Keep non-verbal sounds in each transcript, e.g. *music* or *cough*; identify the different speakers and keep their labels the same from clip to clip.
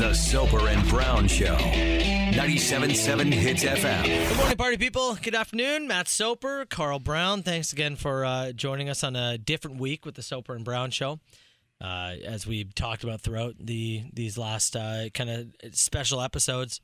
Speaker 1: The Soper and Brown Show. 97.7 Hits FM.
Speaker 2: Good morning, party people. Good afternoon. Matt Soper, Carl Brown. Thanks again for uh, joining us on a different week with the Soper and Brown Show. Uh, as we've talked about throughout the these last uh, kind of special episodes,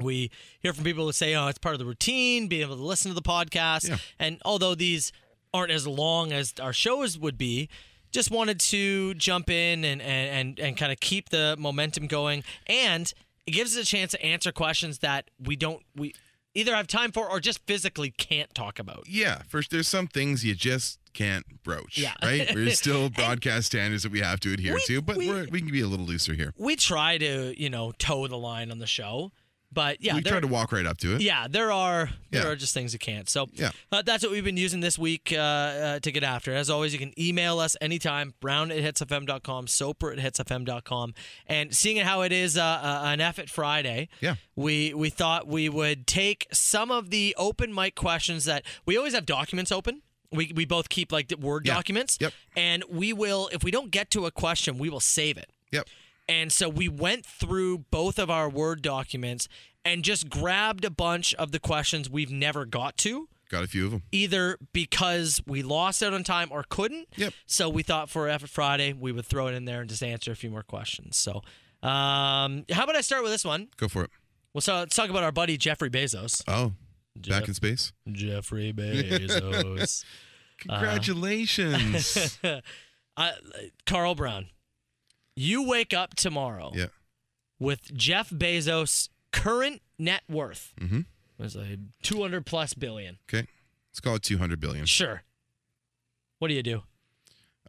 Speaker 2: we hear from people who say, "Oh, it's part of the routine, being able to listen to the podcast." And although these aren't as long as our shows would be, just wanted to jump in and and and, and kind of keep the momentum going, and it gives us a chance to answer questions that we don't we either have time for or just physically can't talk about.
Speaker 3: Yeah, first there's some things you just can't broach.
Speaker 2: Yeah.
Speaker 3: Right?
Speaker 2: *laughs*
Speaker 3: There's still broadcast standards that we have to adhere
Speaker 2: We-
Speaker 3: to, but
Speaker 2: we-
Speaker 3: we, are we can be a little looser here.
Speaker 2: We try to you know toe the line on the show, but yeah,
Speaker 3: we
Speaker 2: there-
Speaker 3: try to walk right up to it.
Speaker 2: Yeah, there are there
Speaker 3: Yeah.
Speaker 2: are just things you can't. So
Speaker 3: Yeah.
Speaker 2: uh, that's what we've been using this week uh, uh, to get after. As always, you can email us anytime, brown at hitsfm.com, soper at hitsfm.com. And seeing how it is uh, uh, an F at Friday,
Speaker 3: Yeah.
Speaker 2: we, we thought we would take some of the open mic questions that we always have documents open. We, we both keep like Word
Speaker 3: Yeah.
Speaker 2: documents.
Speaker 3: Yep.
Speaker 2: And we will, if we don't get to a question, we will save it.
Speaker 3: Yep.
Speaker 2: And so we went through both of our Word documents and just grabbed a bunch of the questions we've never got to,
Speaker 3: Got a few of them.
Speaker 2: either because we lost out on time or couldn't.
Speaker 3: Yep.
Speaker 2: So we thought for Effort Friday, we would throw it in there and just answer a few more questions. So um, how about I start with this one?
Speaker 3: Go for it.
Speaker 2: Well, so let's talk about our buddy Jeffrey Bezos.
Speaker 3: Oh,
Speaker 2: Jeff-
Speaker 3: back in space.
Speaker 2: Jeffrey Bezos. Uh-huh. *laughs*
Speaker 3: Congratulations.
Speaker 2: uh, Carl Brown, you wake up tomorrow.
Speaker 3: yeah.
Speaker 2: with Jeff Bezos' current net worth.
Speaker 3: Mhm.
Speaker 2: It's like 200 plus billion.
Speaker 3: Okay. Let's call it 200 billion.
Speaker 2: Sure. What do you do?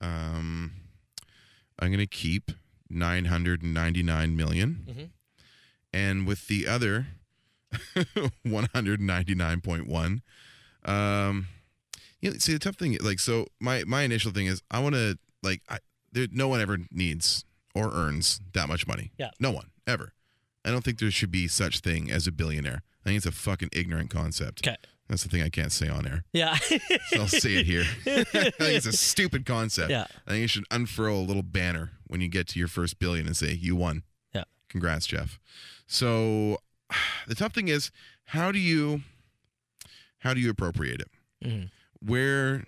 Speaker 3: Um, I'm going to keep 999 million.
Speaker 2: Mhm.
Speaker 3: And with the other *laughs* 199.1, um, you know, see, the tough thing, like, so my, my initial thing is I want to, like, I, there, no one ever needs or earns that much money.
Speaker 2: Yeah.
Speaker 3: No one ever. I don't think there should be such thing as a billionaire. I think it's a fucking ignorant concept.
Speaker 2: Okay.
Speaker 3: That's the thing I can't say on air.
Speaker 2: Yeah.
Speaker 3: So *laughs* I'll say it
Speaker 2: *laughs*
Speaker 3: here. *laughs* I think it's a stupid concept.
Speaker 2: Yeah.
Speaker 3: I think you should unfurl a little banner when you get to your first billion and say, You won.
Speaker 2: Yeah.
Speaker 3: Congrats, Jeff. So *sighs* the tough thing is, how do you how do you appropriate it?
Speaker 2: Mhm.
Speaker 3: Where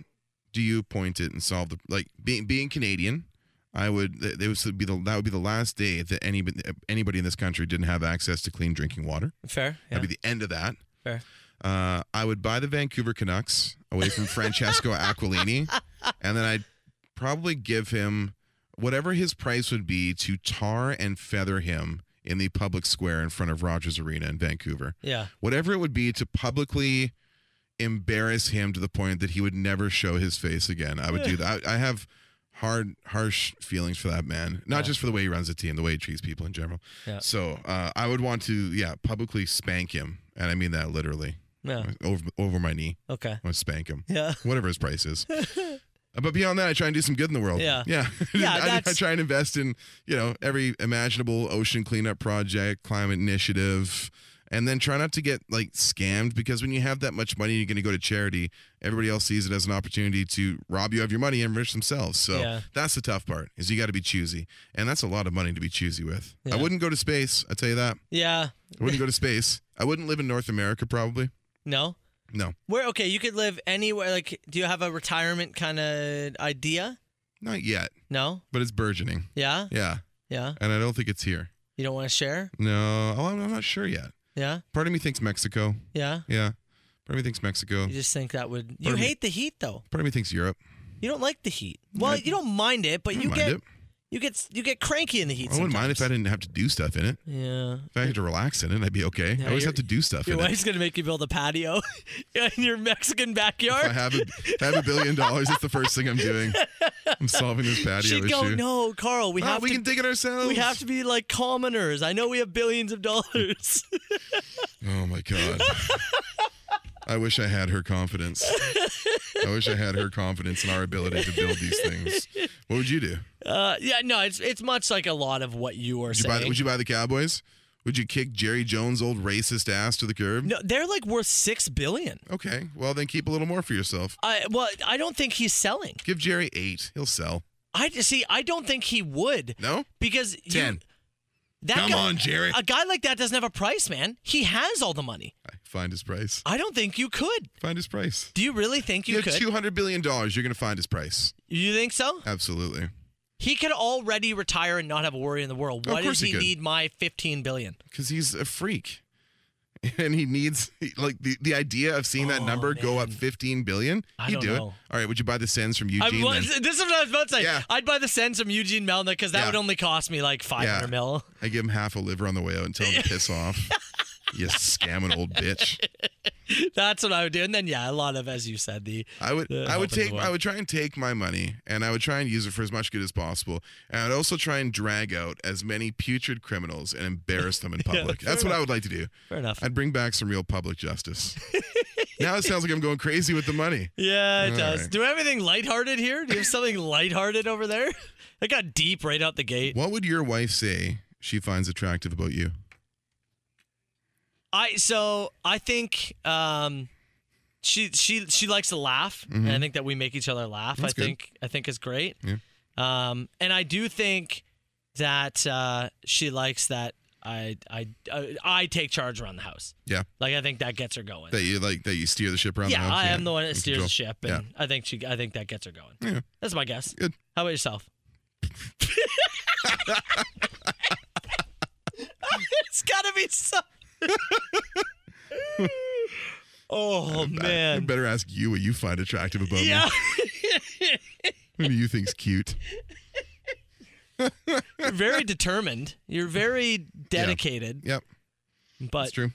Speaker 3: do you point it and solve the like being being Canadian? I would th- this would be the that would be the last day that any anybody in this country didn't have access to clean drinking water.
Speaker 2: Fair. Yeah.
Speaker 3: That'd be the end of that.
Speaker 2: Fair.
Speaker 3: Uh, I would buy the Vancouver Canucks away from Francesco
Speaker 2: *laughs*
Speaker 3: Aquilini, and then I'd probably give him whatever his price would be to tar and feather him in the public square in front of Rogers Arena in Vancouver.
Speaker 2: yeah.
Speaker 3: Whatever it would be to publicly embarrass him to the point that he would never show his face again. I would do that. I, I have hard, harsh feelings for that man. Not
Speaker 2: Yeah.
Speaker 3: just for the way he runs the team, the way he treats people in general.
Speaker 2: Yeah.
Speaker 3: So uh, I would want to, yeah, publicly spank him, and I mean that literally
Speaker 2: No.
Speaker 3: over over my knee.
Speaker 2: Okay.
Speaker 3: I would spank him,
Speaker 2: Yeah. *laughs*
Speaker 3: whatever his price is. Uh, But beyond that, I try and do some good in the world.
Speaker 2: Yeah.
Speaker 3: yeah.
Speaker 2: *laughs* Yeah,
Speaker 3: *laughs* I, I
Speaker 2: that's-
Speaker 3: try and invest in you know every imaginable ocean cleanup project, climate initiative, and then try not to get like scammed because when you have that much money, you're going to go to charity. Everybody else sees it as an opportunity to rob you of your money and enrich themselves. So
Speaker 2: Yeah.
Speaker 3: that's the tough part is you got to be choosy, and that's a lot of money to be choosy with.
Speaker 2: Yeah.
Speaker 3: I wouldn't go to space. I tell you that.
Speaker 2: Yeah. *laughs*
Speaker 3: I wouldn't go to space. I wouldn't live in North America probably.
Speaker 2: No.
Speaker 3: No,
Speaker 2: Where okay, you could live anywhere like do you have a retirement kind of idea?
Speaker 3: not yet.
Speaker 2: No?
Speaker 3: But it's burgeoning.
Speaker 2: Yeah?
Speaker 3: Yeah,
Speaker 2: Yeah.
Speaker 3: and I don't think it's here.
Speaker 2: You don't want to share?
Speaker 3: No, oh, I'm, I'm not sure yet.
Speaker 2: Yeah?
Speaker 3: Part of me thinks Mexico.
Speaker 2: Yeah.
Speaker 3: Yeah, part of me thinks Mexico.
Speaker 2: You just think that would You
Speaker 3: Pardon me.
Speaker 2: hate the heat though.
Speaker 3: Part of me thinks Europe.
Speaker 2: You don't like the heat. Well,
Speaker 3: I-
Speaker 2: you don't mind it, but
Speaker 3: I don't
Speaker 2: you
Speaker 3: mind
Speaker 2: get
Speaker 3: it.
Speaker 2: you get you get cranky in the heat
Speaker 3: I wouldn't mind if I
Speaker 2: sometimes.
Speaker 3: didn't have to do stuff in it.
Speaker 2: Yeah.
Speaker 3: If I had to relax in it, I'd be okay.
Speaker 2: Yeah,
Speaker 3: I always
Speaker 2: your-
Speaker 3: have to do stuff
Speaker 2: Your
Speaker 3: in it.
Speaker 2: wife's gonna make you build a patio *laughs* in your Mexican
Speaker 3: If I
Speaker 2: backyard.
Speaker 3: have a, if I have a billion dollars, that's the first thing I'm
Speaker 2: *laughs*
Speaker 3: doing. I'm solving this patio
Speaker 2: She'd go,
Speaker 3: issue.
Speaker 2: "No, Carl, we
Speaker 3: Ah,
Speaker 2: have
Speaker 3: we
Speaker 2: to,
Speaker 3: can dig it ourselves.
Speaker 2: we have to be like commoners. I know we have billions of dollars." *laughs*
Speaker 3: Oh my god. I wish I had her confidence. I wish I had her confidence in our ability to build these things. What would you do?
Speaker 2: uh, yeah, no, it's it's much like a lot of what you are
Speaker 3: Would you, buy
Speaker 2: saying.
Speaker 3: the, would you buy the Cowboys? Would you kick Jerry Jones' old racist ass to the curb?
Speaker 2: no, they're like worth six billion.
Speaker 3: Okay, well then keep a little more for yourself.
Speaker 2: I well, I don't think he's selling.
Speaker 3: Give Jerry eight. He'll sell.
Speaker 2: I see. I don't think he would
Speaker 3: No?
Speaker 2: because you-
Speaker 3: Ten.
Speaker 2: That
Speaker 3: Come
Speaker 2: guy-
Speaker 3: on, Jerry.
Speaker 2: A guy like that doesn't have a price, man. He has all the money.
Speaker 3: Find his price.
Speaker 2: I don't think you could.
Speaker 3: Find his price.
Speaker 2: Do you really think you,
Speaker 3: You,
Speaker 2: could?
Speaker 3: have two hundred billion dollars. You're gonna find his price.
Speaker 2: you think so?
Speaker 3: Absolutely.
Speaker 2: He could already retire and not have a worry in the world.
Speaker 3: Of
Speaker 2: Why
Speaker 3: course
Speaker 2: does he
Speaker 3: he could.
Speaker 2: need my 15 billion?
Speaker 3: because he's a freak *laughs* and he needs like the, the idea of seeing that number go up 15 billion
Speaker 2: Oh, I
Speaker 3: he'd
Speaker 2: don't
Speaker 3: do it
Speaker 2: know.
Speaker 3: all right would you buy the sends from
Speaker 2: I
Speaker 3: eugene
Speaker 2: was,
Speaker 3: then?
Speaker 2: this is what I was about to say.
Speaker 3: Yeah.
Speaker 2: I'd buy the sends from Eugene Melnick because that
Speaker 3: Yeah.
Speaker 2: would only cost me like 500
Speaker 3: Yeah.
Speaker 2: mil. *laughs*
Speaker 3: i give him half a liver on the way out and tell him to piss off you scamming old bitch
Speaker 2: That's what I would do. And then, yeah, a lot of, as you said, the.
Speaker 3: i would
Speaker 2: Yeah,
Speaker 3: i would
Speaker 2: helping the
Speaker 3: take
Speaker 2: world.
Speaker 3: i would try and take my money and i would try and use it for as much good as possible and i'd also try and drag out as many putrid criminals and embarrass
Speaker 2: *laughs*
Speaker 3: them in public
Speaker 2: fair
Speaker 3: that's what
Speaker 2: enough.
Speaker 3: i would like to do
Speaker 2: Fair enough.
Speaker 3: i'd bring back some real public
Speaker 2: *laughs*
Speaker 3: justice now it sounds like i'm going crazy with the money
Speaker 2: yeah, it
Speaker 3: All
Speaker 2: does.
Speaker 3: right.
Speaker 2: Do we have anything lighthearted here? Do you have something *laughs* lighthearted over there? That got deep right out the gate.
Speaker 3: What would your wife say she finds attractive about you?
Speaker 2: I so I think um, she she she likes to laugh, and I think that we make each other laugh.
Speaker 3: Mm-hmm. That's
Speaker 2: I
Speaker 3: good.
Speaker 2: think I think is great.
Speaker 3: Yeah.
Speaker 2: Um, and I do think that uh, she likes that I I I I take charge around the house.
Speaker 3: Yeah,
Speaker 2: Like I think that gets her going.
Speaker 3: that you like that you steer the ship around.
Speaker 2: yeah,
Speaker 3: the house?
Speaker 2: I am the one that
Speaker 3: in
Speaker 2: steers the
Speaker 3: control.
Speaker 2: ship, and I think she I think that gets her going.
Speaker 3: Yeah.
Speaker 2: That's my guess.
Speaker 3: Good.
Speaker 2: How about yourself? *laughs* it's gotta be so. *laughs* oh
Speaker 3: I- I
Speaker 2: man.
Speaker 3: better ask you what you find attractive about
Speaker 2: Yeah.
Speaker 3: *laughs* me. What do you think's cute?
Speaker 2: You're very determined. You're very dedicated. *laughs*
Speaker 3: Yep,
Speaker 2: But
Speaker 3: that's true.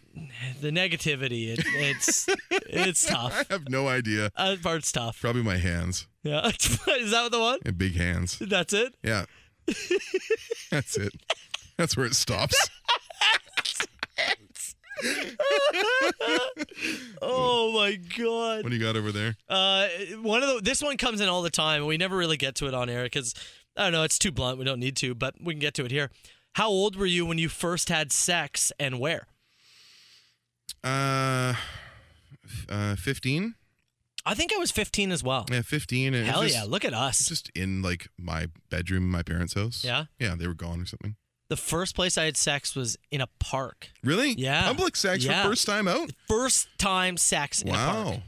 Speaker 2: the negativity, it,
Speaker 3: *laughs*
Speaker 2: it's it's
Speaker 3: I
Speaker 2: tough.
Speaker 3: have no idea.
Speaker 2: That part's tough.
Speaker 3: Probably my hands.
Speaker 2: Yeah. *laughs* Is that the one?
Speaker 3: Yeah, big hands.
Speaker 2: That's it? *laughs*
Speaker 3: Yeah, that's it. That's where it stops.
Speaker 2: Oh my god.
Speaker 3: What do you got over there?
Speaker 2: Uh, one of the this one comes in all the time. We never really get to it on air because I don't know. It's too blunt. We don't need to, but we can get to it here. How old were you when you first had sex, and where?
Speaker 3: Uh, uh, fifteen.
Speaker 2: I think I was 15 as well.
Speaker 3: Yeah, fifteen. And it was
Speaker 2: Hell
Speaker 3: just-
Speaker 2: yeah! Look at us.
Speaker 3: It's just in like my bedroom, in my parents' house.
Speaker 2: Yeah?
Speaker 3: Yeah, they were gone or something.
Speaker 2: the first place I had sex was in a park.
Speaker 3: Really?
Speaker 2: Yeah.
Speaker 3: Public sex
Speaker 2: Yeah.
Speaker 3: for first time out.
Speaker 2: First time sex in a park.
Speaker 3: Wow.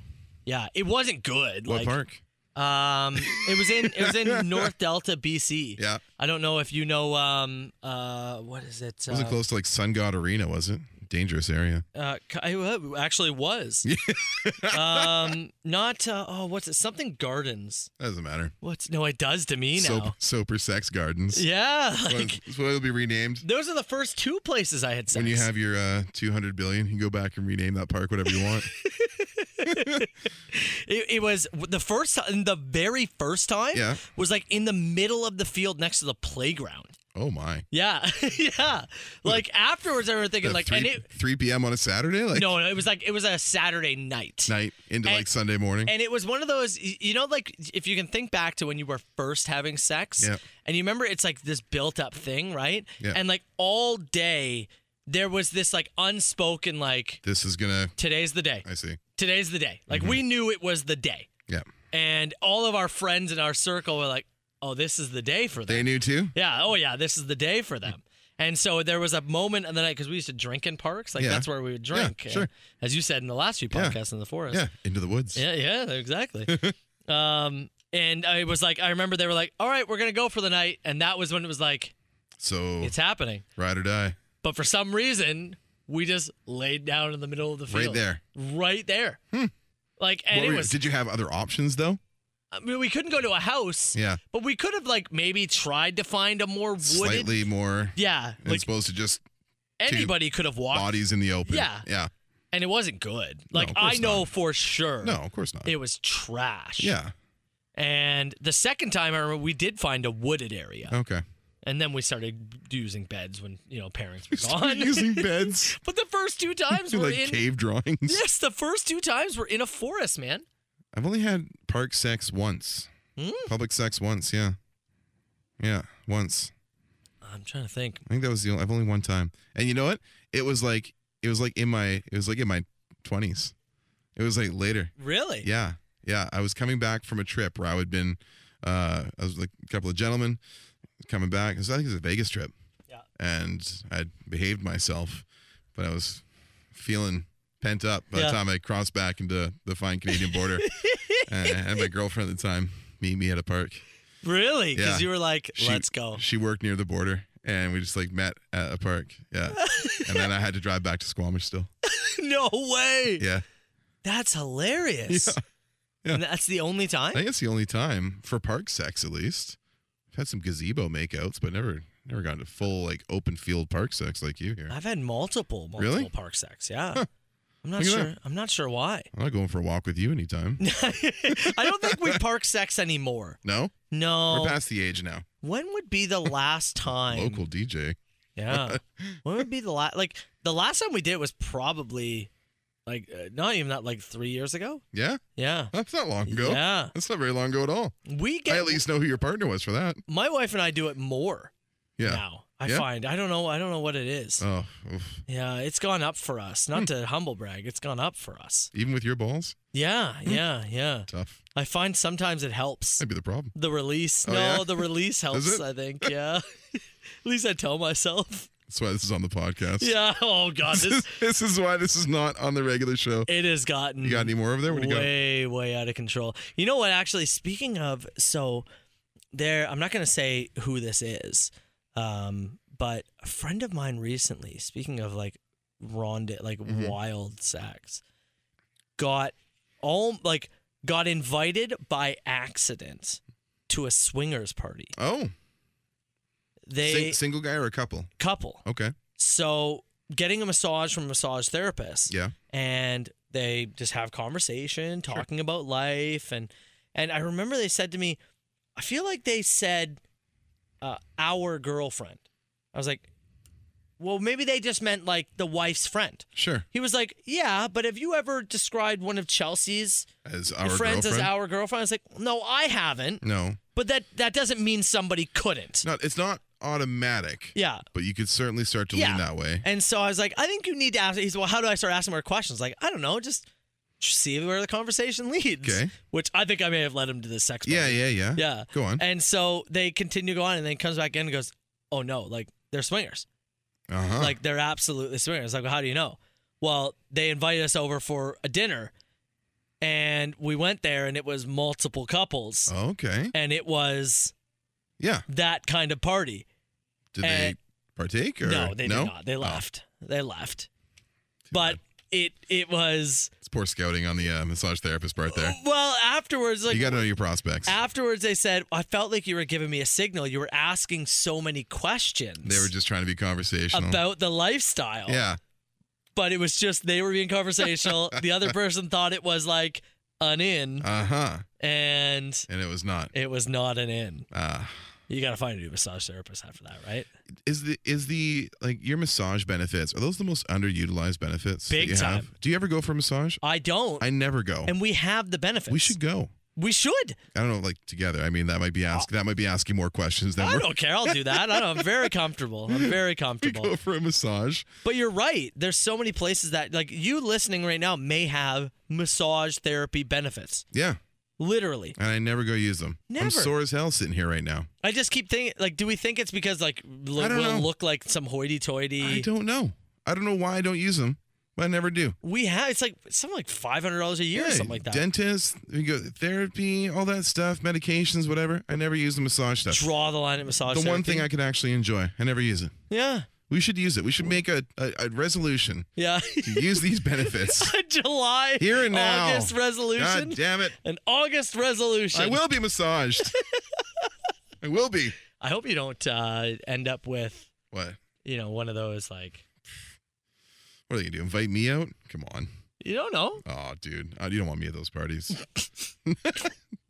Speaker 2: Yeah, it wasn't good.
Speaker 3: What
Speaker 2: like,
Speaker 3: park?
Speaker 2: Um, it was in it was in
Speaker 3: *laughs*
Speaker 2: North Delta, BC.
Speaker 3: Yeah.
Speaker 2: I don't know if you know. Um, uh, what is it?
Speaker 3: It wasn't
Speaker 2: uh,
Speaker 3: close to like Sun God Arena, was it? Dangerous area.
Speaker 2: Uh, ki- I wa- actually
Speaker 3: *laughs*
Speaker 2: was. um, not uh, oh, what's it? Something gardens.
Speaker 3: Doesn't matter.
Speaker 2: What's no? It does to me now.
Speaker 3: Soap, Soper Sex Gardens.
Speaker 2: Yeah, like
Speaker 3: That's what it'll be renamed.
Speaker 2: those are the first two places I had sex.
Speaker 3: When you have your uh, 200 billion, you can go back and rename that park whatever
Speaker 2: *laughs*
Speaker 3: you want.
Speaker 2: it, it was the first time. The very first time
Speaker 3: Yeah.
Speaker 2: was like in the middle of the field next to the playground.
Speaker 3: oh my.
Speaker 2: Yeah, *laughs* yeah. Like afterwards, I remember thinking
Speaker 3: At
Speaker 2: like,
Speaker 3: 3,
Speaker 2: and it
Speaker 3: 3 p.m. on a Saturday? Like
Speaker 2: no, no, it was like it was a Saturday night.
Speaker 3: night into
Speaker 2: And-
Speaker 3: like Sunday morning?
Speaker 2: And it was one of those, y- you know, like if you can think back to when you were first having sex,
Speaker 3: Yeah.
Speaker 2: and you remember it's like this built up thing, right?
Speaker 3: Yeah.
Speaker 2: And like all day, there was this like unspoken, like,
Speaker 3: this is going to.
Speaker 2: today's the day.
Speaker 3: I see.
Speaker 2: Today's the day.
Speaker 3: Mm-hmm.
Speaker 2: Like we knew it was the day.
Speaker 3: Yeah.
Speaker 2: And all of our friends in our circle were like, oh, this is the day for them.
Speaker 3: They knew too?
Speaker 2: Yeah. Oh, yeah. This is the day for them. And so there was a moment in the night because we used to drink in parks. Like
Speaker 3: Yeah.
Speaker 2: that's where we would drink.
Speaker 3: sure.
Speaker 2: As you said in the last few
Speaker 3: Yeah.
Speaker 2: podcasts in the forest.
Speaker 3: Yeah. Into the woods.
Speaker 2: *laughs* Yeah, yeah, exactly. um, and I was like, I remember they were like, "All right, we're gonna go for the night," and that was when it was like,
Speaker 3: So
Speaker 2: "It's happening."
Speaker 3: ride or die.
Speaker 2: But for some reason, we just laid down in the middle of the
Speaker 3: Right
Speaker 2: field,
Speaker 3: there. Hmm.
Speaker 2: right there. Like, and
Speaker 3: What
Speaker 2: it
Speaker 3: were-
Speaker 2: was.
Speaker 3: Did you have other options though?
Speaker 2: I mean, we couldn't go to a house.
Speaker 3: Yeah.
Speaker 2: But we could have like maybe tried to find a more wooded.
Speaker 3: Slightly more
Speaker 2: Yeah,
Speaker 3: as
Speaker 2: like
Speaker 3: opposed to just
Speaker 2: anybody could have walked,
Speaker 3: bodies in the open.
Speaker 2: Yeah.
Speaker 3: Yeah.
Speaker 2: and it wasn't good.
Speaker 3: No,
Speaker 2: Like
Speaker 3: of
Speaker 2: I
Speaker 3: course
Speaker 2: know
Speaker 3: not.
Speaker 2: for sure.
Speaker 3: No, of course not.
Speaker 2: It was trash.
Speaker 3: yeah.
Speaker 2: And the second time I remember we did find a wooded area.
Speaker 3: Okay.
Speaker 2: And then we started using beds when you know
Speaker 3: *laughs*
Speaker 2: parents were
Speaker 3: Stop
Speaker 2: gone.
Speaker 3: using beds.
Speaker 2: *laughs* but the first two times
Speaker 3: Do,
Speaker 2: were
Speaker 3: *laughs* like
Speaker 2: in
Speaker 3: cave drawings.
Speaker 2: yes, the first two times were in a forest, man.
Speaker 3: I've only had park sex once.
Speaker 2: Hmm.
Speaker 3: Public sex once, yeah. Yeah, once.
Speaker 2: I'm trying to think.
Speaker 3: I think that was the only I've only one time. And you know what? It was like it was like in my it was like in my 20s. It was like later.
Speaker 2: Really?
Speaker 3: Yeah. Yeah, I was coming back from a trip where I had been uh I was like a couple of gentlemen coming back. It was- I think it was a Vegas trip.
Speaker 2: Yeah.
Speaker 3: and I behaved myself, but I was feeling pent up by
Speaker 2: Yeah.
Speaker 3: the time I crossed back into the fine
Speaker 2: *laughs*
Speaker 3: Canadian border. and I had my girlfriend at the time meet me at a park.
Speaker 2: Really? Because
Speaker 3: Yeah.
Speaker 2: you were like,
Speaker 3: She-
Speaker 2: let's go.
Speaker 3: *laughs* She worked near the border, and we just like met at a park.
Speaker 2: *laughs*
Speaker 3: Yeah, and then I had to drive back to Squamish still.
Speaker 2: no way.
Speaker 3: Yeah,
Speaker 2: That's hilarious.
Speaker 3: Yeah. Yeah.
Speaker 2: And that's the only
Speaker 3: I
Speaker 2: time?
Speaker 3: think it's the only time for park sex, at least. I've had some gazebo makeouts, but never never gone to full like open field park sex like you here.
Speaker 2: I've had multiple, multiple
Speaker 3: Really?
Speaker 2: park sex. Yeah.
Speaker 3: Huh.
Speaker 2: I'm not
Speaker 3: Look at
Speaker 2: sure.
Speaker 3: that.
Speaker 2: I'm not sure why. *laughs*
Speaker 3: I'm not going for a walk with you anytime.
Speaker 2: I don't think
Speaker 3: *laughs*
Speaker 2: we park sex anymore.
Speaker 3: No,
Speaker 2: No.
Speaker 3: we're past the age now.
Speaker 2: when would be the last time?
Speaker 3: *laughs* Local DJ. *laughs*
Speaker 2: Yeah. when would be the last? Like the last time we did was probably like uh, not even that like three years ago.
Speaker 3: Yeah,
Speaker 2: Yeah.
Speaker 3: that's not long ago.
Speaker 2: Yeah.
Speaker 3: That's not very long ago at all.
Speaker 2: We get
Speaker 3: I at least know who your partner was for that.
Speaker 2: my wife and I do it more
Speaker 3: Yeah.
Speaker 2: now. I
Speaker 3: Yeah.
Speaker 2: find I don't know. I don't know what it is.
Speaker 3: Oh, oof.
Speaker 2: yeah, it's gone up for us.
Speaker 3: Hmm.
Speaker 2: Not to humble brag, it's gone up for us.
Speaker 3: even with your balls,
Speaker 2: Yeah,
Speaker 3: Hmm.
Speaker 2: yeah, yeah.
Speaker 3: tough.
Speaker 2: I find sometimes it helps.
Speaker 3: Might be the problem.
Speaker 2: The release.
Speaker 3: Oh,
Speaker 2: no,
Speaker 3: yeah?
Speaker 2: the
Speaker 3: *laughs*
Speaker 2: release helps,
Speaker 3: it?
Speaker 2: I think. Yeah. *laughs* At least I tell
Speaker 3: *laughs*
Speaker 2: myself.
Speaker 3: That's why this is on the podcast.
Speaker 2: Yeah. Oh god, this
Speaker 3: *laughs* this is why this is not on the regular show.
Speaker 2: it has gotten
Speaker 3: You got any more over there? What do you got?
Speaker 2: way, way out of control. You know what? Actually, speaking of, so there, I'm not going to say who this is, um, but a friend of mine recently, speaking of like ronde, like
Speaker 3: Mhm.
Speaker 2: wild sex, got all like got invited by accident to a swingers party.
Speaker 3: Oh,
Speaker 2: They
Speaker 3: sing- single guy or a couple?
Speaker 2: couple,
Speaker 3: Okay.
Speaker 2: so getting a massage from a massage therapist.
Speaker 3: Yeah.
Speaker 2: and they just have conversation talking about life and and i remember they said to me i feel like they said uh, our girlfriend i was like well maybe they just meant like the wife's friend
Speaker 3: Sure.
Speaker 2: he was like yeah but have you ever described one of chelsea's
Speaker 3: As our
Speaker 2: friends
Speaker 3: girlfriend.
Speaker 2: as our girlfriend i was like no i haven't
Speaker 3: no,
Speaker 2: but that that doesn't mean somebody couldn't
Speaker 3: it's not. It's not automatic.
Speaker 2: yeah
Speaker 3: But you could certainly start to
Speaker 2: Yeah.
Speaker 3: lean that way.
Speaker 2: And so I was like, I think you need to ask. He's well, how do I start asking more questions? Like, I don't know, just see where the conversation leads.
Speaker 3: Okay.
Speaker 2: Which I think I may have led him to the sex.
Speaker 3: Yeah,
Speaker 2: part.
Speaker 3: yeah, yeah.
Speaker 2: yeah.
Speaker 3: Go on.
Speaker 2: And so they continue to go on, and then he comes back in and goes, "Oh no, like they're swingers.
Speaker 3: Uh huh.
Speaker 2: Like they're absolutely swingers. Like, well, how do you know? Well, they invited us over for a dinner, and we went there, and it was multiple
Speaker 3: Oh.
Speaker 2: couples,
Speaker 3: okay.
Speaker 2: and it was
Speaker 3: Yeah.
Speaker 2: that kind of party.
Speaker 3: Did they
Speaker 2: and-
Speaker 3: partake or Oh,
Speaker 2: no, they did not. They left. They left. But it it was
Speaker 3: It's poor scouting on the uh, massage therapist part there.
Speaker 2: well afterwards like
Speaker 3: you got to know your prospects.
Speaker 2: afterwards they said I felt like you were giving me a signal. You were asking so many questions.
Speaker 3: They were just trying to be conversational.
Speaker 2: about the lifestyle.
Speaker 3: yeah.
Speaker 2: But it was just they were being
Speaker 3: *laughs*
Speaker 2: conversational. the other person thought it was like an in
Speaker 3: Uh huh.
Speaker 2: and
Speaker 3: And it was not.
Speaker 2: it was not an in.
Speaker 3: Uh,
Speaker 2: You got to find a new massage therapist after that, right?
Speaker 3: is the is the like your massage benefits are those the most underutilized benefits? that
Speaker 2: Big
Speaker 3: you have?
Speaker 2: time.
Speaker 3: Do you ever go for a massage?
Speaker 2: I don't.
Speaker 3: I never go.
Speaker 2: and we have the benefits.
Speaker 3: we should go.
Speaker 2: We should.
Speaker 3: I don't know, like together. I mean, that might be ask that might be asking more questions than
Speaker 2: Uh, I
Speaker 3: we're,
Speaker 2: don't care. I'll do that. I don't, I'm
Speaker 3: *laughs*
Speaker 2: very comfortable. I'm very
Speaker 3: we
Speaker 2: comfortable.
Speaker 3: go for a massage.
Speaker 2: But you're right. There's so many places that, like, you listening right now may have massage therapy benefits.
Speaker 3: Yeah,
Speaker 2: Literally.
Speaker 3: and I never go use them.
Speaker 2: Never.
Speaker 3: I'm sore as hell sitting here right now.
Speaker 2: I just keep thinking, like, do we think it's because, like, l-
Speaker 3: I don't
Speaker 2: we'll
Speaker 3: know.
Speaker 2: look like some hoity
Speaker 3: I
Speaker 2: toity?
Speaker 3: don't know. I don't know why I don't use them, but I never do.
Speaker 2: We have, it's like something like $500 a year or
Speaker 3: Yeah,
Speaker 2: something like that.
Speaker 3: Dentist, we go therapy, all that stuff, medications, whatever. I never use the massage stuff.
Speaker 2: Draw the line at massage
Speaker 3: the one thing I
Speaker 2: therapy.
Speaker 3: can actually enjoy, I never use it.
Speaker 2: Yeah.
Speaker 3: We should use it. We should make a, a, a resolution
Speaker 2: Yeah. *laughs*
Speaker 3: to use these benefits
Speaker 2: July.
Speaker 3: here and now.
Speaker 2: August resolution.
Speaker 3: God
Speaker 2: *laughs*
Speaker 3: damn it!
Speaker 2: An August resolution.
Speaker 3: I will
Speaker 2: *laughs*
Speaker 3: be massaged. I will be.
Speaker 2: I hope you don't uh, end up with,
Speaker 3: What?
Speaker 2: you know, one of those, like,
Speaker 3: What are they gonna do? Invite me out? Come on.
Speaker 2: you don't know.
Speaker 3: Oh, dude, Uh, you don't want me at those parties. *laughs*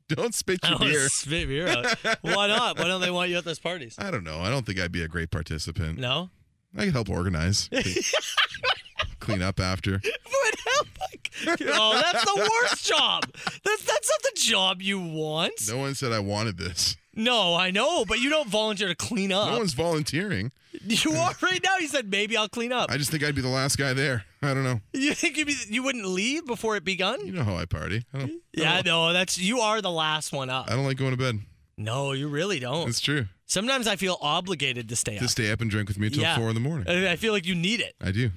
Speaker 3: don't spit
Speaker 2: I
Speaker 3: your
Speaker 2: don't wanna
Speaker 3: beer.
Speaker 2: spit *laughs* beer out. Why not? Why don't they want you at those parties?
Speaker 3: I don't know. I don't think I'd be a great participant.
Speaker 2: No.
Speaker 3: I could
Speaker 2: *laughs*
Speaker 3: help organize, clean up after.
Speaker 2: But how fuck- *laughs* oh, that's the worst job. That's that's not the job you want.
Speaker 3: No one said I wanted this.
Speaker 2: No, I know, but you don't volunteer to clean up.
Speaker 3: No one's volunteering.
Speaker 2: *laughs* you are right now. You said maybe I'll clean up.
Speaker 3: I just think I'd be the last guy there. I don't know.
Speaker 2: you think you'd be, you wouldn't leave before it begun?
Speaker 3: You know how I party. I don't,
Speaker 2: yeah, no, that's you are the last one up.
Speaker 3: I don't like going to bed.
Speaker 2: No, you really don't.
Speaker 3: Uh, It's true.
Speaker 2: Sometimes I feel obligated to stay
Speaker 3: to
Speaker 2: up.
Speaker 3: stay up and drink with me till
Speaker 2: Yeah. Uh,
Speaker 3: four in the morning.
Speaker 2: I I feel like you need it. *laughs*
Speaker 3: I do.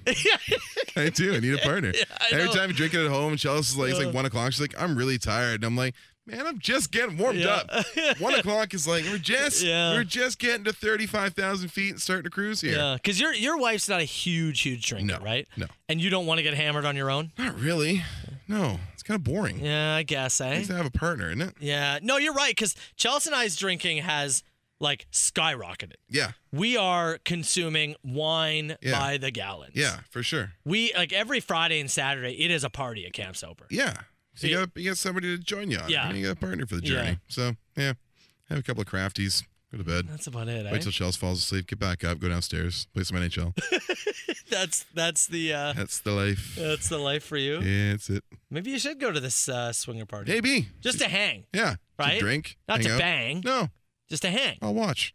Speaker 3: I do. I need a partner.
Speaker 2: I
Speaker 3: Every
Speaker 2: know.
Speaker 3: time I drink it at home, Chelsea's like, it's
Speaker 2: Uh.
Speaker 3: like one o'clock. She's like, I'm really tired. And I'm like, man, I'm just getting warmed
Speaker 2: Yeah.
Speaker 3: up.
Speaker 2: *laughs*
Speaker 3: one o'clock is like, we're just,
Speaker 2: Yeah.
Speaker 3: we're just getting to 35,000 feet and starting to cruise here.
Speaker 2: Yeah, because your your wife's not a huge huge drinker,
Speaker 3: No,
Speaker 2: right?
Speaker 3: no.
Speaker 2: And you don't want to get hammered on your own.
Speaker 3: Not really. No, it's kind of boring.
Speaker 2: Yeah, I guess, eh?
Speaker 3: Nice to have a partner, isn't it?
Speaker 2: Yeah. No, you're right. Because Chelsea and I's drinking has like skyrocketed.
Speaker 3: Yeah.
Speaker 2: We are consuming wine
Speaker 3: Yeah.
Speaker 2: by the gallons.
Speaker 3: Yeah, for sure.
Speaker 2: We like every Friday and Saturday. It is a party at Camp Sober.
Speaker 3: Yeah. So you
Speaker 2: Yeah.
Speaker 3: got you got somebody to join you on. it.
Speaker 2: Yeah.
Speaker 3: And you got a partner for the
Speaker 2: Yeah.
Speaker 3: journey. So yeah, have a couple of crafties. Go to bed.
Speaker 2: That's about it. eh?
Speaker 3: Wait till Chelsea falls asleep. Get back up. Go downstairs. Play
Speaker 2: *laughs*
Speaker 3: some NHL.
Speaker 2: That's that's the uh,
Speaker 3: That's the life. Yeah,
Speaker 2: that's the life for you.
Speaker 3: *laughs* it's it.
Speaker 2: Maybe you should go to this uh, swinger party.
Speaker 3: Maybe.
Speaker 2: Just to hang,
Speaker 3: Yeah.
Speaker 2: Right?
Speaker 3: To drink.
Speaker 2: not
Speaker 3: hang
Speaker 2: to
Speaker 3: out.
Speaker 2: bang.
Speaker 3: No,
Speaker 2: Just to hang. *laughs*
Speaker 3: I'll watch.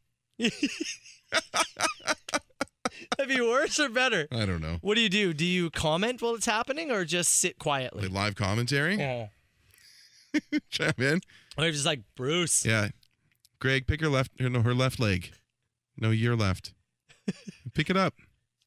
Speaker 2: That'd be worse or better.
Speaker 3: I don't know.
Speaker 2: What do you do? Do you comment while it's happening, or just sit
Speaker 3: Play
Speaker 2: quietly?
Speaker 3: live commentary.
Speaker 2: Yeah.
Speaker 3: *laughs* Chime in.
Speaker 2: Or you're just like Bruce.
Speaker 3: Yeah. Greg, pick her left. Her, no, her left leg. No,
Speaker 2: *laughs*
Speaker 3: your left. Pick it up.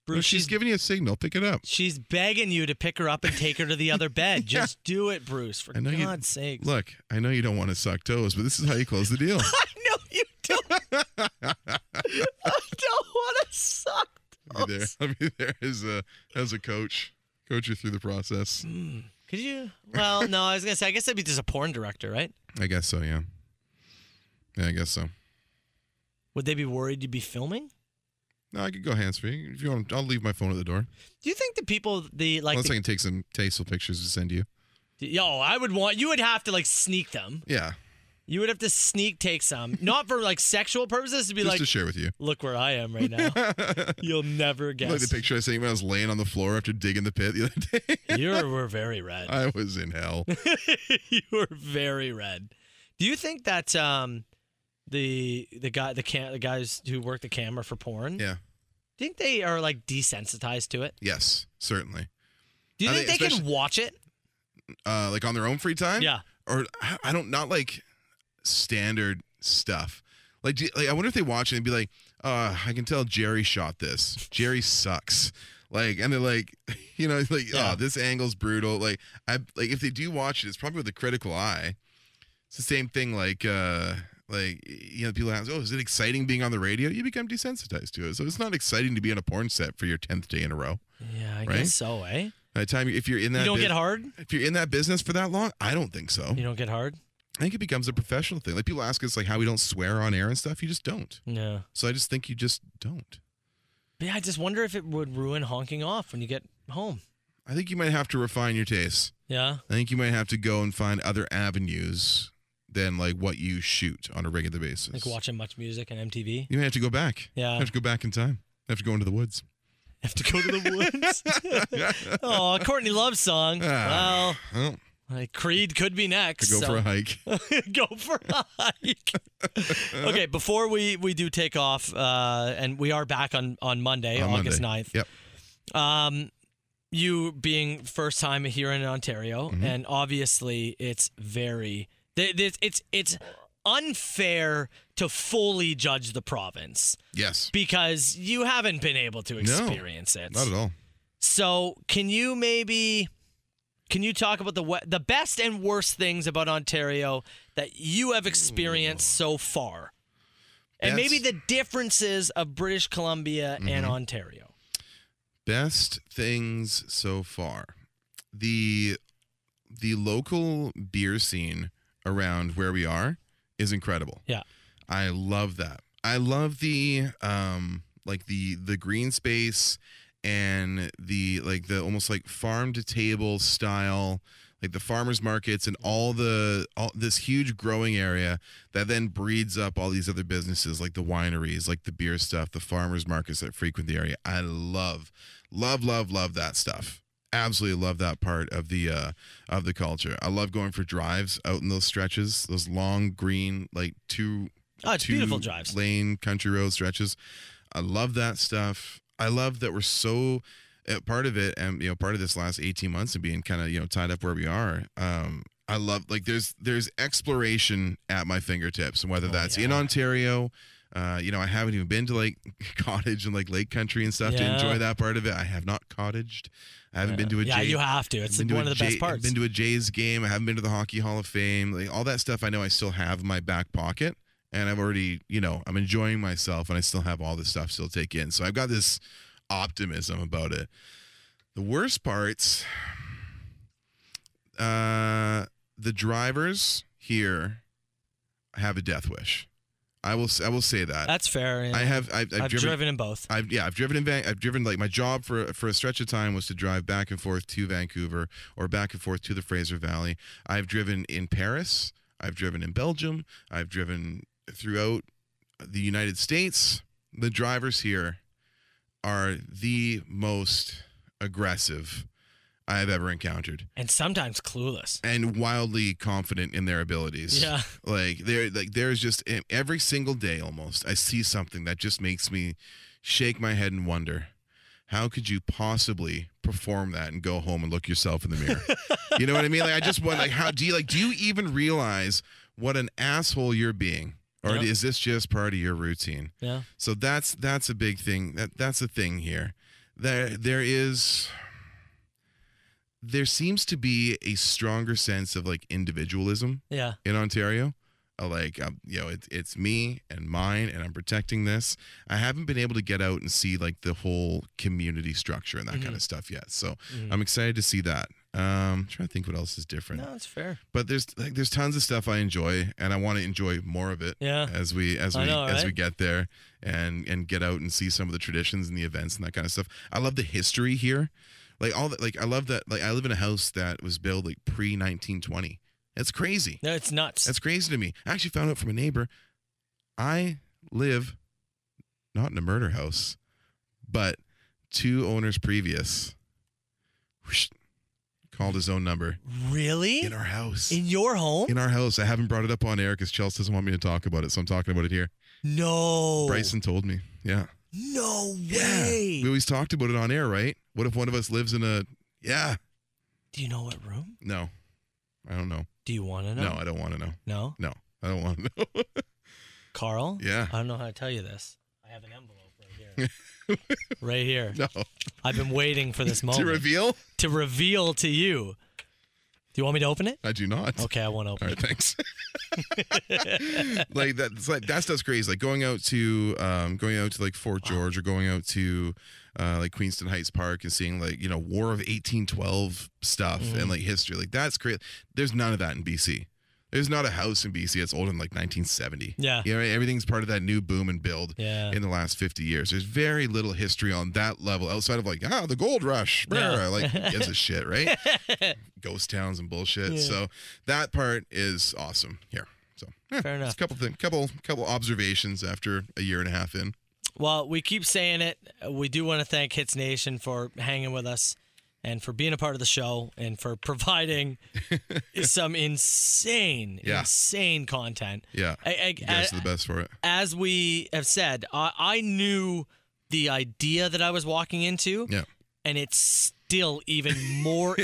Speaker 2: Bruce,
Speaker 3: No, she's
Speaker 2: she's
Speaker 3: giving you a signal. Pick it up.
Speaker 2: She's begging you to pick her up and take her to the other bed.
Speaker 3: *laughs*
Speaker 2: Just do it, Bruce. For
Speaker 3: I know
Speaker 2: God's
Speaker 3: you-
Speaker 2: sake.
Speaker 3: Look, I know you don't want to suck toes, but this is how you close the
Speaker 2: *laughs*
Speaker 3: deal.
Speaker 2: I know you don't. I
Speaker 3: *laughs*
Speaker 2: don't want to suck.
Speaker 3: I'll be there. I'll be there as a as a coach. Coach you through the process.
Speaker 2: Mm. Could you? Well, no, I was gonna say. I guess that'd be just a porn director, right?
Speaker 3: I guess so, yeah. Yeah, I guess so.
Speaker 2: Would they be worried you'd be filming?
Speaker 3: No, I could go hands free. If you want I'll leave my phone at the door.
Speaker 2: Do you think the people, the like,
Speaker 3: Unless I
Speaker 2: the,
Speaker 3: can take some tasteful pictures to send you.
Speaker 2: yo, I would want you would have to like sneak them.
Speaker 3: Yeah.
Speaker 2: You would have to sneak take some, not for like sexual purposes, to be
Speaker 3: Just
Speaker 2: like,
Speaker 3: to share with you.
Speaker 2: look where I am right
Speaker 3: *laughs*
Speaker 2: now. You'll never guess.
Speaker 3: Like the picture I sent you when I was laying on the floor after digging the pit the other *laughs* day.
Speaker 2: You were very red.
Speaker 3: I was in hell.
Speaker 2: *laughs* you were very red. Do you think that um, the the guy the can the guys who work the camera for porn?
Speaker 3: Yeah.
Speaker 2: Do you think they are like desensitized to it?
Speaker 3: Yes, certainly.
Speaker 2: Do you
Speaker 3: I
Speaker 2: think,
Speaker 3: think
Speaker 2: they can
Speaker 3: especially-
Speaker 2: watch it?
Speaker 3: Uh like on their own free time?
Speaker 2: Yeah.
Speaker 3: Or I- I don't not like standard stuff. Like, do, like I wonder if they watch it and be like, uh, I can tell Jerry shot this. Jerry sucks. Like, and they're like, *laughs* you know, it's like,
Speaker 2: Yeah.
Speaker 3: oh, this angle's brutal. Like, I like if they do watch it, it's probably with a critical eye. It's the same thing. Like, uh, like you know, people ask, oh, is it exciting being on the radio? You become desensitized to it, so it's not exciting to be on a porn set for your tenth day in a row.
Speaker 2: Yeah, I
Speaker 3: Right? Oh.
Speaker 2: guess so. Eh?
Speaker 3: By the time you, if you're in that,
Speaker 2: You don't
Speaker 3: bus-
Speaker 2: get hard.
Speaker 3: if you're in that business for that long, I don't think so.
Speaker 2: You don't get hard.
Speaker 3: I think it becomes a professional thing. Like people ask us like how we don't swear on air and stuff. You just don't.
Speaker 2: No.
Speaker 3: So I just think you just don't.
Speaker 2: But yeah, I just wonder if it would ruin honking off when you get home.
Speaker 3: I think you might have to refine your taste.
Speaker 2: Yeah.
Speaker 3: I think you might have to go and find other avenues than like what you shoot on a regular basis.
Speaker 2: Like watching much music and MTV.
Speaker 3: You might have to go back.
Speaker 2: Yeah.
Speaker 3: *laughs* have to go back in time. have to go into the woods.
Speaker 2: Have to go to the woods.
Speaker 3: *laughs*
Speaker 2: *laughs* oh, Courtney Love song.
Speaker 3: Ah. Well,
Speaker 2: Well, like Creed could be next.
Speaker 3: to go
Speaker 2: so-
Speaker 3: for
Speaker 2: *laughs*
Speaker 3: a hike.
Speaker 2: go for a hike.
Speaker 3: *laughs*
Speaker 2: okay, before we we do take off, uh, and we are back on on Monday,
Speaker 3: on
Speaker 2: August
Speaker 3: Monday.
Speaker 2: 9th.
Speaker 3: Yep.
Speaker 2: Um, you being first time here in Ontario,
Speaker 3: Mm-hmm.
Speaker 2: and obviously it's very th- th- it's it's unfair to fully judge the province
Speaker 3: Yes.
Speaker 2: because you haven't been able to experience it.
Speaker 3: Not at all.
Speaker 2: So, can you maybe can you talk about the we- the best and worst things about Ontario that you have experienced so far? And
Speaker 3: That's- Mm-hmm.
Speaker 2: maybe the differences of British Columbia and Ontario.
Speaker 3: best things so far the the local beer scene around where we are is incredible
Speaker 2: Yeah.
Speaker 3: i love that i love the um like the the green space and the like the almost like farm to table style like the farmers markets and all the all this huge growing area that then breeds up all these other businesses like the wineries like the beer stuff the farmers markets that frequent the area i love love love love that stuff absolutely love that part of the uh of the culture i love going for drives out in those stretches those long green like two
Speaker 2: Oh, it's
Speaker 3: two
Speaker 2: beautiful drives.
Speaker 3: lane country road stretches. I love that stuff. I love that we're so uh, part of it, and you know, part of this last eighteen months of being kind of you know tied up where we are. Um, I love like there's there's exploration at my fingertips, and whether
Speaker 2: Oh,
Speaker 3: that's in
Speaker 2: yeah.
Speaker 3: Ontario, Uh, you know, I haven't even been to like *laughs* cottage and like lake country and stuff to
Speaker 2: Yeah.
Speaker 3: enjoy that part of it. I have not cottaged. I haven't been to a
Speaker 2: yeah,
Speaker 3: J-
Speaker 2: you have to. It's
Speaker 3: been to
Speaker 2: one of
Speaker 3: a
Speaker 2: the best
Speaker 3: J-
Speaker 2: parts.
Speaker 3: Been to a Jays game. I haven't been to the Hockey Hall of Fame. Like all that stuff, I know I still have in my back pocket, and I've already, you know, I'm enjoying myself, and I still have all this stuff still to take in. So I've got this optimism about it. The worst parts, uh, the drivers here have a death wish. I will. s- I will say that.
Speaker 2: That's fair. yeah.
Speaker 3: I have. I've, I've,
Speaker 2: I've
Speaker 3: driven
Speaker 2: driven in both.
Speaker 3: I've yeah, I've driven in Van- I've driven like my job for for a stretch of time was to drive back and forth to Vancouver or back and forth to the Fraser Valley. I've driven in Paris, I've driven in Belgium, I've driven throughout the United States. The drivers here are the most aggressive I have ever encountered
Speaker 2: And sometimes clueless.
Speaker 3: and wildly confident in their abilities.
Speaker 2: Yeah.
Speaker 3: Like there like there's just eh, every single day almost I see something that just makes me shake my head and wonder how could you possibly perform that and go home and look yourself in
Speaker 2: *laughs*
Speaker 3: the mirror? you know what I mean? Like I just wonder like how do you like do you even realize what an asshole you're being? Or
Speaker 2: Yep.
Speaker 3: is this just part of your routine?
Speaker 2: Yeah.
Speaker 3: So that's that's a big thing. That that's a thing here. There there is there seems to be a stronger sense of like individualism
Speaker 2: Yeah.
Speaker 3: in Ontario. Uh, Like um, you know, it's it's me and mine, and I'm protecting this. I haven't been able to get out and see like the whole community structure and that kind of stuff yet. So
Speaker 2: Mhm.
Speaker 3: I'm excited to see that. Um, I'm trying to think what else is different.
Speaker 2: No, it's fair.
Speaker 3: But there's like there's tons of stuff I enjoy, and I want to enjoy more of it
Speaker 2: Yeah.
Speaker 3: as we as
Speaker 2: I
Speaker 3: we
Speaker 2: know,
Speaker 3: as we
Speaker 2: right?
Speaker 3: get there and and get out and see some of the traditions and the events and that kind of stuff. I love the history here, like all that. Like I love that. Like I live in a house that was built like pre 1920. That's crazy.
Speaker 2: No, it's nuts.
Speaker 3: That's crazy to me. I actually found out from a neighbor. I live not in a murder house, but two owners previous whoosh, called his own number
Speaker 2: really?
Speaker 3: in our house.
Speaker 2: In your home?
Speaker 3: In our house. I haven't brought it up on air because Chelsea doesn't want me to talk about it, so I'm talking about it here.
Speaker 2: no.
Speaker 3: Bryson told me. Yeah.
Speaker 2: No
Speaker 3: Yeah.
Speaker 2: way.
Speaker 3: We always talked about it on air, right? What if one of us lives in a Yeah.
Speaker 2: Do you know what room?
Speaker 3: No. I don't know.
Speaker 2: Do you want to
Speaker 3: No,
Speaker 2: know?
Speaker 3: I don't want to know.
Speaker 2: No.
Speaker 3: No. I don't want to *laughs* know.
Speaker 2: Carl?
Speaker 3: Yeah.
Speaker 2: I don't know how to tell you this. I have an envelope right
Speaker 3: *laughs*
Speaker 2: here. right here.
Speaker 3: no.
Speaker 2: I've been waiting for this moment
Speaker 3: *laughs* To reveal?
Speaker 2: to reveal to you. Do you want me to open
Speaker 3: *laughs*
Speaker 2: it?
Speaker 3: I do not.
Speaker 2: Okay, I won't open
Speaker 3: All
Speaker 2: it.
Speaker 3: right, *laughs* thanks. like that's like that's that's crazy. Like going out to um going out to like Fort George or going out to uh like Queenston Heights Park and seeing like, you know, War of eighteen twelve stuff and like history. Like that's crazy. There's none of that in BC. There's not a house in BC that's older than like nineteen
Speaker 2: *laughs*
Speaker 3: seventy.
Speaker 2: *laughs*
Speaker 3: *laughs*
Speaker 2: Yeah.
Speaker 3: You know, everything's part of that new boom and build
Speaker 2: Yeah.
Speaker 3: in the last 50 years. There's very little history on that level outside of like, ah, the gold rush.
Speaker 2: Yeah.
Speaker 3: brah, Like,
Speaker 2: *laughs*
Speaker 3: who gives a shit, right? Ghost towns and bullshit.
Speaker 2: Yeah.
Speaker 3: So that part is awesome here. So yeah,
Speaker 2: *laughs* Fair
Speaker 3: just
Speaker 2: enough.
Speaker 3: a couple things, couple couple observations after a year and a half in.
Speaker 2: Well, we keep saying it. We do want to thank Hits Nation for hanging with us and for being a part of the show and for
Speaker 3: *laughs*
Speaker 2: providing some insane,
Speaker 3: Yeah.
Speaker 2: insane content.
Speaker 3: Yeah.
Speaker 2: I, I,
Speaker 3: You guys are the best for it.
Speaker 2: as we have said, I, I knew the idea that I was walking into,
Speaker 3: Yeah.
Speaker 2: and it's still even
Speaker 3: *laughs*
Speaker 2: more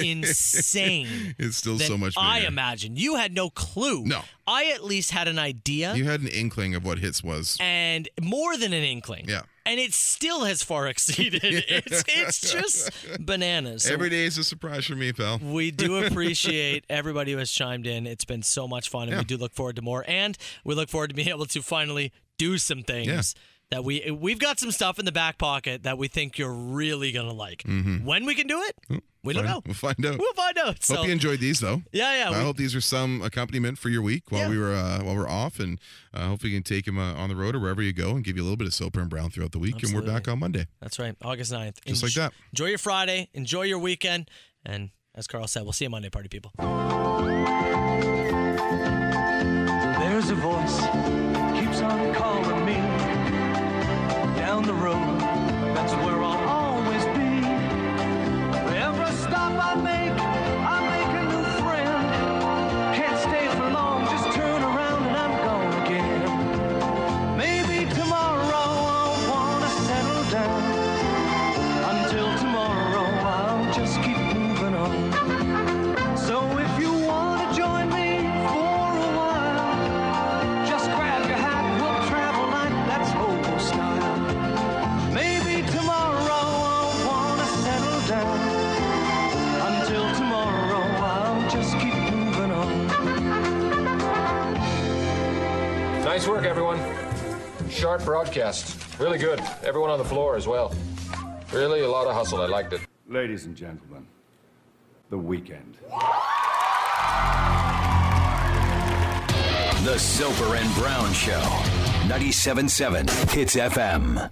Speaker 2: insane.
Speaker 3: It's still
Speaker 2: than
Speaker 3: so much
Speaker 2: I
Speaker 3: bigger.
Speaker 2: imagine. You had no clue.
Speaker 3: No.
Speaker 2: I at least had an idea
Speaker 3: You had an inkling of what hits was.
Speaker 2: and more than an inkling.
Speaker 3: Yeah.
Speaker 2: And it still has far *laughs* exceeded. it's, it's
Speaker 3: *laughs*
Speaker 2: just bananas. So
Speaker 3: Every day is a surprise for me, pal.
Speaker 2: we
Speaker 3: *laughs*
Speaker 2: do appreciate everybody who has chimed in. It's been so much fun, and
Speaker 3: Yeah.
Speaker 2: we do look forward to more. And we look forward to being able to finally do some things
Speaker 3: Yeah.
Speaker 2: that we we've got some stuff in the back pocket that we think you're really gonna like. When we can do it, we don't
Speaker 3: Mm-hmm. Fine.
Speaker 2: know.
Speaker 3: *laughs* We'll find out.
Speaker 2: We'll find out. So
Speaker 3: Hope you enjoyed these though.
Speaker 2: yeah,
Speaker 3: I
Speaker 2: yeah, we,
Speaker 3: hope these are some accompaniment for your week while
Speaker 2: Yeah.
Speaker 3: we were uh, while we're off, and uh, hopefully you can take him uh, on the road or wherever you go, and give you a little bit of soap and brown throughout the week. And we're back
Speaker 2: Absolutely.
Speaker 3: on Monday.
Speaker 2: that's right. August 9th.
Speaker 3: Just like that.
Speaker 2: Enjoy your Friday. Enjoy your weekend. And as Carl said, we'll see you Monday, party people.
Speaker 4: There's a voice keeps on calling me down the road. That's where I'll always be. Every stop I make, I make a new friend. Can't stay for long, just turn around and I'm gone again. Maybe tomorrow I'll wanna settle down. Until tomorrow, I'll just keep moving on. So if you wanna join me for a while, just grab your hat, we'll travel like that
Speaker 5: Nice work, everyone. Sharp broadcast. Really good. Everyone on the floor as well. Really a lot of hustle. I liked it.
Speaker 6: Ladies and gentlemen, the weekend.
Speaker 1: The Soper and Brown Show. 97.7 Hits FM.